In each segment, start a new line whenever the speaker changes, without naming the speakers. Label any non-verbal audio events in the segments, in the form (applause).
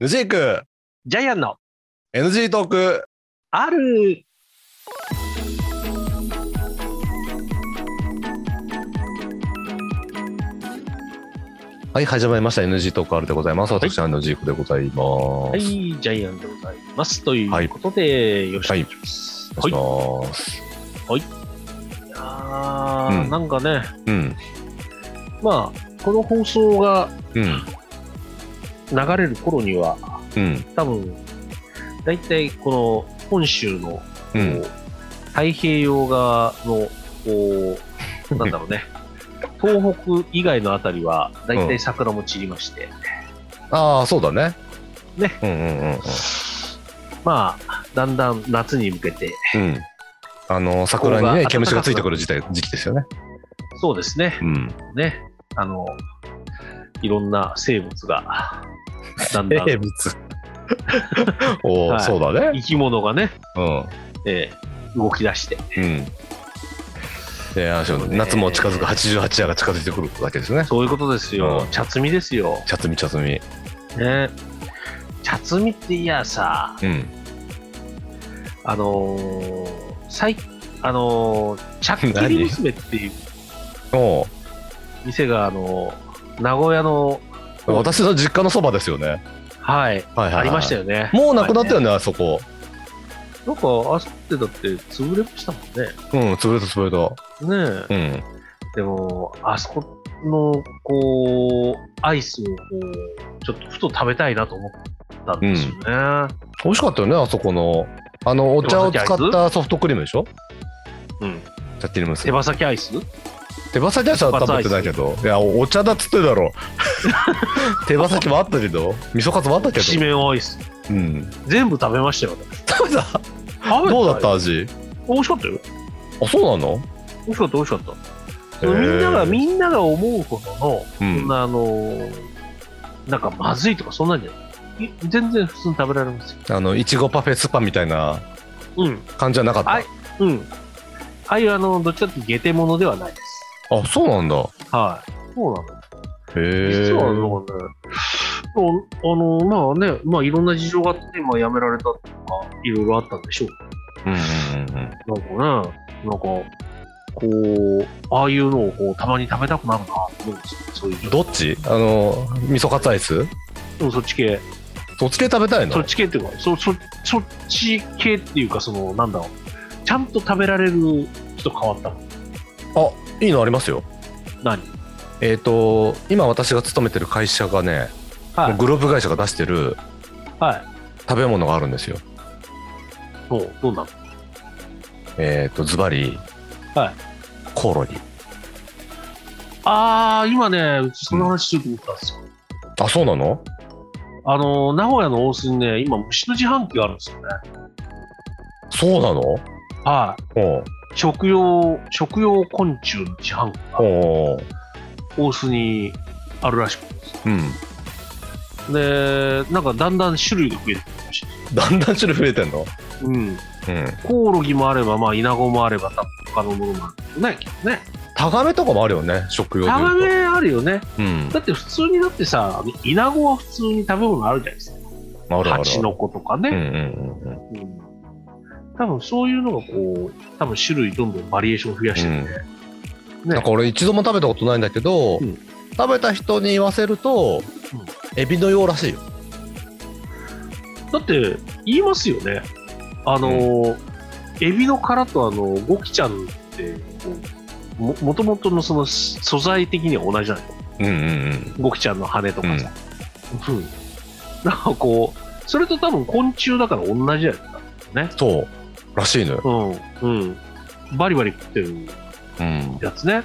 ヌジーク
ジャイアンの
NG トーク
ある
はい始まりました NG トークあるでございます私、アンドジークでございます、
はい、ジャイアンでございます。ということで、よろしくお願いします。
お願いし
は
ます、
い。あー
うん
なんかね、
うん
まあ、この放送が
うん
流れる頃には、
うん
多分、大体この本州の、
う
こ
ん
う太平洋側の、こ
(laughs)
う、なんだろうね、東北以外のあたりは、大
う
体
ん
桜も散りまして、
ああそうだね
ね
うんうんうん
まあ、だんだん夏に向けて、
うんうんあの桜に
ここが暖
ね
かく
毛虫がついてくる時代時期ですよね
そうですね、
うん
ね、あの、いろんな生物が、だんだん、
物 (laughs) おお、
はい
そうだね
生き物がね、
うん
えー動き出して、
うんであれでしょうね夏も近づく88夜が近づいてくるわけですね
そういうことです
う
よ
ん。
茶摘みですよ。
茶摘み茶摘み
ね。茶摘みっていやさ、
うん
あのー、最、あのー、茶切り娘っていう
おう
店が、あのー名古屋の、
私の実家のそばですよね
はい、
はいはい、
ありました
よ
よね。
もうなくなったよね、あそこ
はいなんか、あそこってだって潰れましたも
うん潰れた潰れた
んね。ねえ。
うん
でも、あそこの、こう、アイスを、こう、ちょっとふと食べたいなと思ったんですよね。
美味しかったよねあそこのあのお茶を使ったソフトクリームでしょ
うん。
やってみます
手羽先アイス
手羽先はさ食べてないけどいやおお茶だっつってた
(laughs)
ろ手羽先もあったけど味噌カツもあったけ
七
ど
面アイス。
うん
全部食べましたよ。私
食べた
食べ
どうだった味
美味しかったよ。
あそうなの
美味しかった、美味しかった。でも
へ
み
ー
んなが、みんなが思うほどの、
う
そん
ん
な、あのー、なんかまずいとかそんなんじゃない。い全然普通に食べられますよ。
あのいちごパフェスパみたいな
うん。
感じはなかった
はいうん。ああいう、あの、どっちかっていうと下手者ではないです。
あそうなんだへ
はい。そうなの。
え
実はなんかね、ああの、まあね、まあいろんな事情があって、今辞められたとか、いろいろあったんでしょ
うんうんうん。
う。なんかね、なんか、こう、ああいうのをこうたまに食べたくなるなと思うんですよ。そういううん
どっちあの味噌カツアイス
うんそっち系。
そっち系食べたいの
そっち系っていうか、そ、そ、そっち系っていうか、その、なんだろう。ちゃんと食べられる人変わったの。
あいいのありますよ
何
えっ、と今私が勤めてる会社がね、
はい。
グループ会社が出してる
はい。
食べ物があるんですよ
どう、どうなの
えっ、とズバリ
はい
コオロギ
ああ、今ね、うちその話しようと思ったんですよ。
あそうなの
あの、名古屋の大須にね、今虫の自販機があるんですよね。
そうなのお
はい。
う
食用、食用昆虫の自販機が
おう
大須にあるらしくてです
うん
ねで、なんかだんだん種類が増えてきまし
だんだん種類増えてんの
た。うん。
うん
コオロギもあれば、まあ、イナゴもあれば、多分他のものもあるけどね、きっとね。
タガメとかもあるよね食用で
タガ
いうと
メあるよね。
うん
だって普通にだってさ、イナゴは普通に食べ物あるじゃないですか。
あるあるあ
ハ
る
チノコとか
うんう
ね。
んうんうん
うん。多分そういうのがこう、多分種類どんどんバリエーションを増やしてるんで。ね
なんか俺一度も食べたことないんだけど、
うん
食べた人に言わせると、
うん
エビのようらしいよ
だって言いますよねあのー、エビの殻とあのゴキちゃんってこうももともとのそのす素材的には同じじゃない
うんうんうん
ゴキちゃんの羽とかさ、うんなんかこうそれと多分昆虫だから同じじゃないですか
そうらしいのよ、
うんうんバリバリ食ってる
うん、
やつね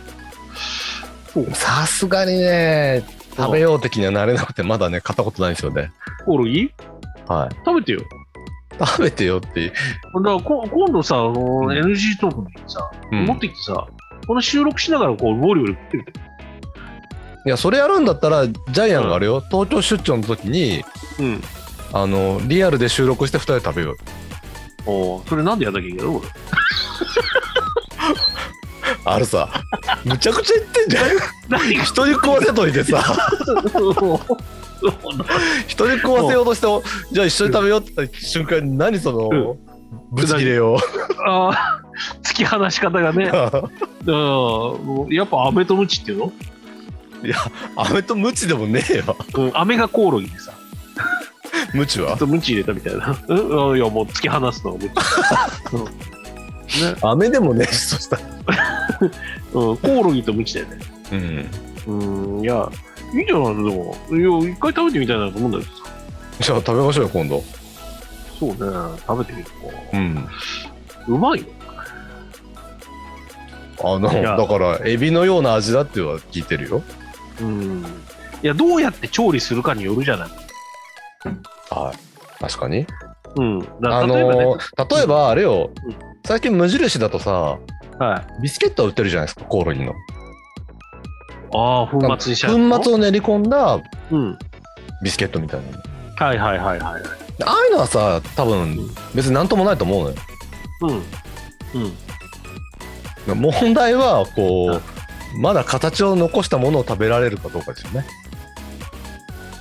そう
さすがにね食べよう的にはなれなくてまだね買ったことないんですよね
コオロギ
は
食べてよ
い食べてよって、
だからこ今度さ、あのー
うん
NG トークにさ、
うん
持ってきてさこの収録しながらこう料理を食ってみて
いやそれやるんだったらジャイアンがあれよ、東京出張の時に
うん
あのリアルで収録して2人で食べようよ
おそれなんでやんなきゃいけないの
あれさむちゃくちゃ言ってんじゃん
何が
人に食わせといてさ
そ
人に食わせようとしてもじゃあ一緒に食べようって言った瞬間に何その、ぶつ切れよ
(laughs) ああ、突き放し方がね (laughs)
う。い
うん。やっぱ飴とムチっていうの
や飴とムチでもねえ
(laughs)
よ
うん。飴がコオロギでさ、
ムチは
ちょっとムチ入れたみたいな。うん。いや、もう突き放すのがムチ。 (laughs) うん。ね。
飴でもねえしそしたら
うん。コオロギとムチだよね。
うん
うん。いや、いいんじゃないのでも。いや、一回食べてみたいなと思うんだけどさ。
じゃあ食べましょうよ今度
そうね。食べてみるか。
うん
うまいよ。
あの
いや
だからエビのような味だっては聞いてるよ
うん。いや、どうやって調理するかによるじゃない。
はい確かに
うん。だから
あの
例えばね。
ー例えばあれよ、
うん
最近無印だとさ
はい。
ビスケットは売ってるじゃないですかコオロギの
ああ、粉末にしちゃうの。
粉末を練り込んだ
うん。
ビスケットみたいな
はいはいはいはい。
ああいうのはさ多分別になんともないと思うのよ
うん。うん。
問題はこう、まだ形を残したものを食べられるかどうかですよね、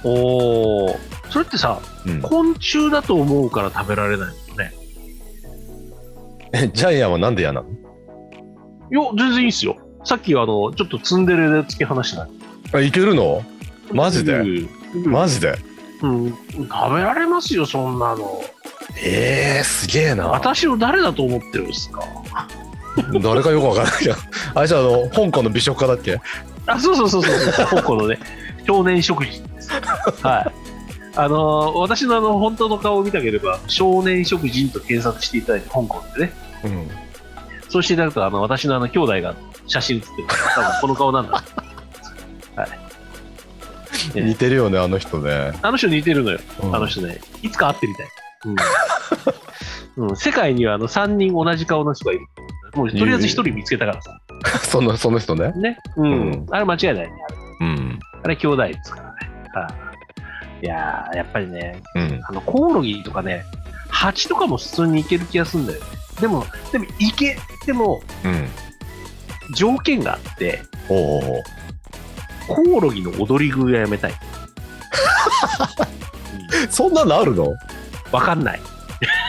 おお。それってさ、
うん
昆虫だと思うから食べられないもんね。
えジャイアンはなんで嫌なの
いや、全然いいっすよ。さっきあの、ちょっとツンデレで突き放してない。
あいけるのマジで
うん、
マジで
うん食べられますよ、そんなの。
えー、すげえな
私を誰だと思ってるんですか
誰かよくわからない (laughs) けどあいつあの香港の美食家だっけ
あ、そうそうそうそう。このね、 (laughs) 少年食事です。はい。あのー私のあの、本当の顔を見たければ、少年食事と検索していただいて、香港でね。
うん
そうしていただくと、あの、私のあの、兄弟が写真写ってるから、多分この顔なんだ。え
似てるよねあの人ね、
あの人似てるのよ、
うん
あの人ね。いつか会ってみたい。うん。うん、世界にはあの、3人同じ顔の人がいる。もう、とりあえず1人見つけたからさ。
(laughs) そのその人ね
ね。うん。
うん
あれ間違いないね。
うん
あれ兄弟ですからね。はい。いやー、やっぱりね、
うん
あの、コオロギとかね、蜂とかも普通にいける気がするんだよね。でも、でも、いけ、でも、
うん
条件があって、
おうおうおう
コオロギの踊り食いはやめたい。
そんなのあるの
わかんない。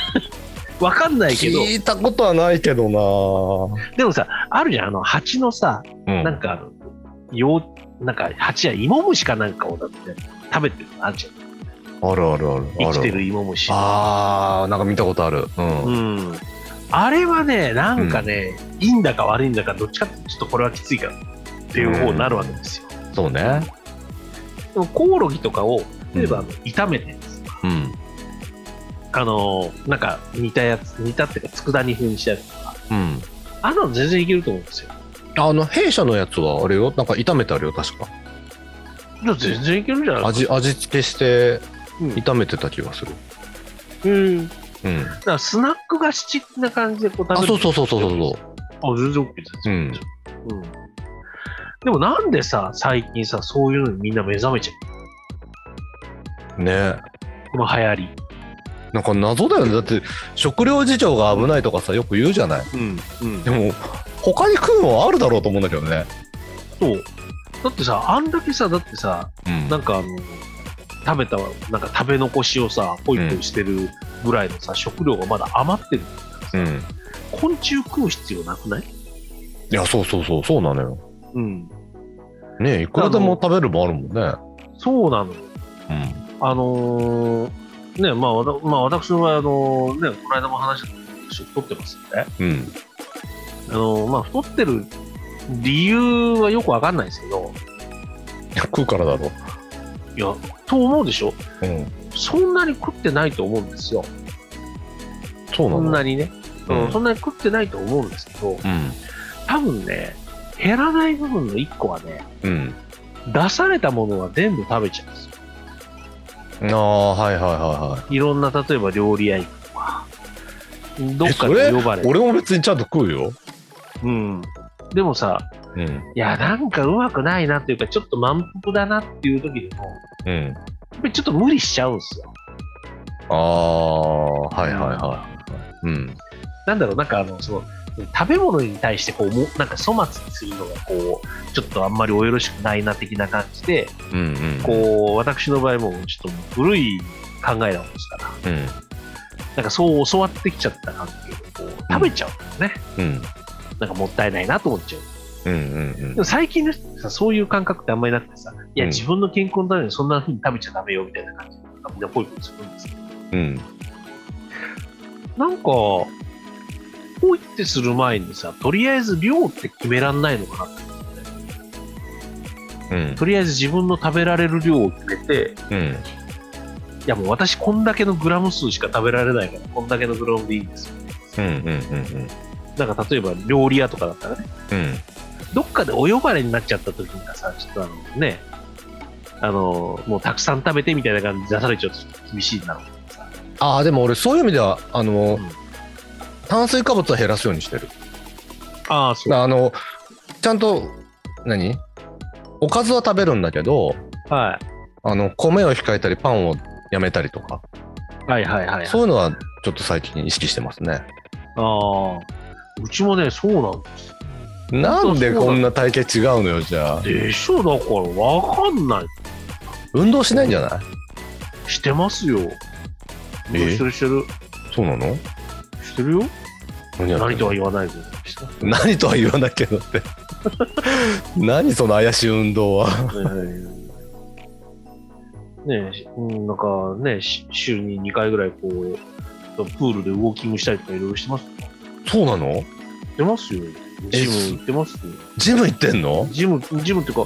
(laughs) わかんないけど、
聞いたことはないけど
でもさ、あるじゃん、あの、蜂のさ、
なうん
なんか、よう、なんか、蜂や芋虫かなんかをだって食べてるのあるじゃん。
あるあるあるあ
生きてる芋虫。
あーなんか見たことあるうん、
うん。あれはね、なんかね、いいんだか悪いんだか、どっちかっていうとちょっとこれはきついからっていう方になるわけですよ。
そうね
でもコオロギとかを、例えば、あ
うん
の炒めてですね
うん
あの、なんか煮たやつ、煮たっていうか、佃煮風にしたやつとか、
うん
あんなの全然いけると思うんですよ。
あの弊社のやつはあれよなんか炒めてあるよ確か
いや全然いけるじゃないですか。
味味付けして
うん
炒めてた気がする
うん。だ
うん
からスナック菓子的な感じでこう食べ
あ
る
そうそうそうそうそうそ
あ、全然 OK で
う
す。
ん
うん。でもなんでさ、最近さ、そういうのにみんな目覚めちゃう
うね
この流行り。
なんか謎だよねだって食料事情が危ないとかさよく言うじゃない
うん。うん
で。も他に食うもんあるだろうと思うんだけどね
そう。だってさ、あんだけさ、だってさ、
うん
なんかあの、食べた、なんか食べ残しをさ、ポイポイしてるぐらいのさ、食料がまだ余ってる。
うん
昆虫食う必要なくない
いやそうそうそうそうなのよ
うん。
ねいくらでも食べるもんあるもんね
そうなの。
うん
あのーね、まあ、わたまあ、私の場合、あのーね、この間も話した太ってますよね。
うん
あのまあ、太ってる理由はよくわかんないですけど、
いや食うからだろ
いや、と思うでしょ
ううん
そんなに食ってないと思うんですよ。
そう
そん
なの
なにね。
うん
うん、そんなに食ってないと思うんですけど、
うん
多分ね、減らない部分の一個はね、
うん
出されたものは全部食べちゃうんですよ。
ああはいはいはいはい
ろんな、例えば料理屋行くとか、どっか
え
で
そ
呼ばれ
い
る。
俺も別にちゃんと食うよ
うん。でもさ、
うん
いや、なんかうまくないなっていうか、ちょっと満腹だなっていう時でも、
うん
やっぱりちょっと無理しちゃうんですよ。
ああ、はいはいはい。うん。
なんだろう、なんかあの、その、食べ物に対してこうもなんか粗末にするのがこうちょっとあんまりおよろしくないな的な感じで
うんうん
こう私の場合もちょっともう古い考えなんですから
うん
なんかそう教わってきちゃった関係でこう食べちゃうんだよね、
うん
なんかもったいないなと思っちゃう
うんうんうん
でも最近の人ってさそういう感覚ってあんまりなくてさいや
うん
自分の健康のためにそんな風に食べちゃダメよみたいな感じでみんなポイポイするんですけど
うん
なんか、こう言ってする前にさ、とりあえず量って決めらんないのかなって
うん
とりあえず自分の食べられる量を決めて、
うん
いやもう私こんだけのグラム数しか食べられないから、こんだけのグラムでいいんですよ。
うんうんうんうん
なんか例えば料理屋とかだったらね、
うん
どっかでお呼ばれになっちゃった時にはさ、ちょっとあのね、あの、もうたくさん食べてみたいな感じで出されちゃうと厳しいな。
ああでも俺そういう意味ではあの、
うん
炭水化物は減らすようにしてる
ああ、そう。
あのちゃんと何おかずは食べるんだけど
は
あの米を控えたりパンをやめたりとか、
い。はいはいはい、はい。
そういうのはちょっと最近意識してますね
ああ。うちもね、そうなんですよ
なんでこんな体型違うのよじゃあ
でしょ、だからわかんない。
運動しないんじゃない
してますよ。
え
してるしてる。
そうなの
してるよ。
何やってんの
何とは言わないけど。
何とは言わないけどって (laughs) 何その怪しい運動は
ねえし、うん、なんかね、し週に2回ぐらいこう、プールでウォーキングしたりとかいろいろしてます。
そうなの
してますよ。
え
ジム行ってますよ。
ジム行ってんの
ジム、ジムっていうか、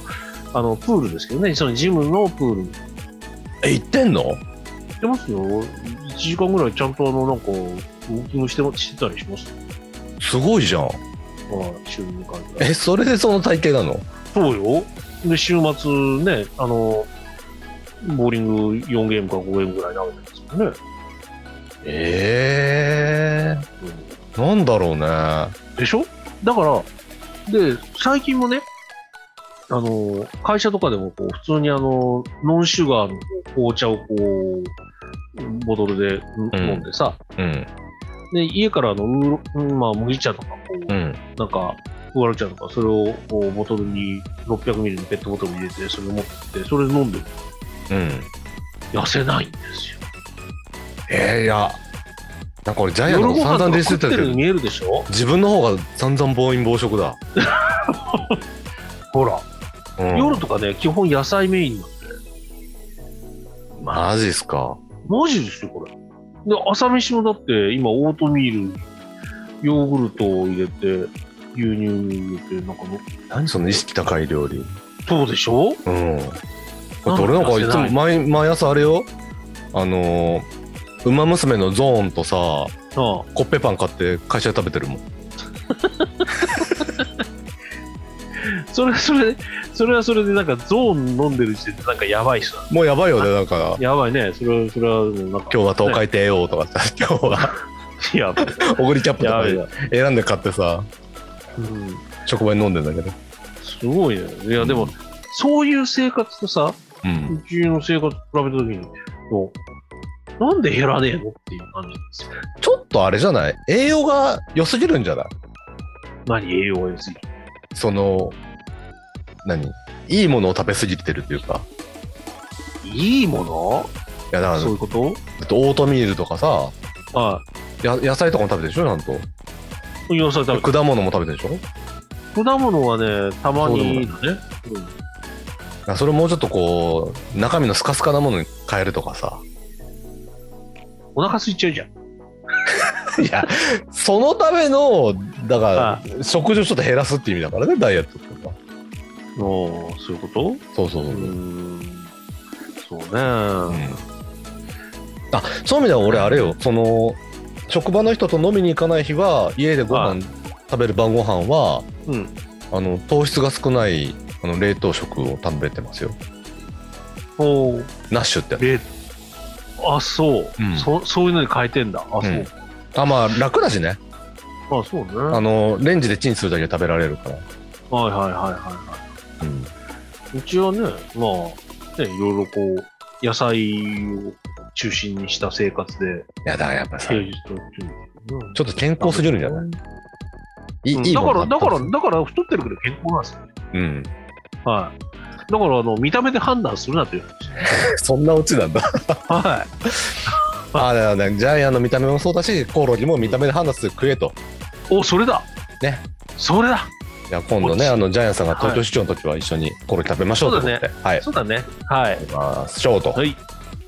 あの、プールですけどね、そのジムのプール行
え行ってんの
ってますよ。1時間ぐらいちゃんとあの、なんか、ウォーキングしてもしてたりしますよ。
すごいじゃん
はい週に2回ぐらい。
えそれでその体型なの
そうよ。で、週末ね、あの、ボーリング4ゲームか5ゲームぐらい投げてますよね。
ええなんだろうね
うんでしょだから、で、最近もね、あの、会社とかでもこう、普通にあの、ノンシュガーの紅茶をこう、ボトルで
うん
飲んでさ、
うん
で、家からあの、ウーロうんまあ、麦茶とかこう、
うん
なんか、ウーロン茶とか、それをこう、ボトルに600ミリのペットボトルに入れて、それ持ってって、それ飲んでる、
うん
痩せないんですよ。
えー、いやなんか俺ジャイアン
夜
の
ご
散々
飯と
ディ
か
スっ
食って
てたけ
るよう
ど
に見えるでしょ
自分の方が散々暴飲暴食だ、
ほら、
うん、
夜とかね基本野菜メインなんで
マジっすか
マジですよこれで朝飯もだって今オートミールヨーグルトを入れて牛乳入れてなんかの
何その意識高い料理
そうでしょ
うん。だって俺なんかいつも毎毎朝あれよ、あのー、ウマ娘のゾーンとさ、
あ
コッペパン買って会社で食べてるもん。
あそれはそれでそれはそれでなんかゾーン飲んでる時点でなんかやばい人だ
もうやばいよね、なんか、
やばいねそれはそれはもうなんか
今日は東海帝王とかさ、 (laughs) 今日は
いや
(laughs) おごりキャップと
や
か
ばいや、
選んで買ってさ、
うん、
職場に飲んでんだけど。
すごいねいやでも、
うん
そういう生活とさ
うん。
うちの生活と比べたときに、こうなんで減らねえのっていう感じなんですよ。
ちょっとあれじゃない栄養が良すぎるんじゃない
何栄養が良すぎる。
その、何いいものを食べ過ぎてるっていうか。
いいもの
いや、だから、
そういうこと
だってオートミールとかさ、
は
や野菜とかも食べてるでしょ、ちゃんと。
い。野菜食べて
果物も食べてるでしょ
果物はね、たまにだね。
あそれもうちょっとこう中身のスカスカなものに変えるとかさ
うんお腹空いちゃうじゃん。
(laughs) いやそのためのだ
あ
から食事をちょっと減らすっていう意味だからねダイエットっていうのは
おーそういうこと
そうそうそうう、
ーん。そうね。
あそういう意味では俺あれよその職場の人と飲みに行かない日は家でご
は
飯食べる晩ご飯は
うん。
あの糖質が少ないあの冷凍食を食べてますよ
おー
ナッシュってやつ
え、あ、そう、
うん
そ。そういうのに変えてんだ。あ、そう。
うんあまあ楽だしね
あ、そうね。
あのレンジでチンするだけで食べられるから、
はいはいはいはい。
うん、
うちはね、まあ、ね、いろいろこう、野菜を中心にした生活で、
いやだからやっぱさ
平
ち
日と、ちょ
ょっと健康すぎるんじゃない
い
いい、
うん
いい
だ
も
か
の
ら、だから、
買っ
だから太ってるけど健康なんですよね。
たんですね
はい。だから、あの、見た目で判断するなという話ね。
うん。そんなオチなんだ。 (laughs)
は
ああ、だからね、ジャイアンの見た目もそうだし、コオロギも見た目で判断する食えと。
い。お、それだ。
ね。
それだ。
いや、今度ね、あの、ジャイアンさんが東京市長の時は一緒にコオロギ食べましょうと思って。はい。
そうだね。はい。
食べましょうと
はい。
い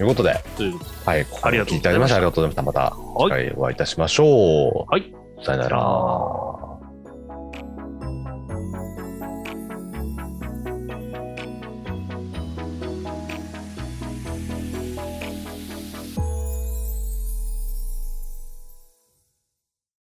うことで、
ということで
はい、ここ
あ
ま
り
で
がと
聞
う
いていただきまし
ございまし
て
た
ありがとうございました。また
は
次回お会いいたしましょう。
はい。
さよなら。
あー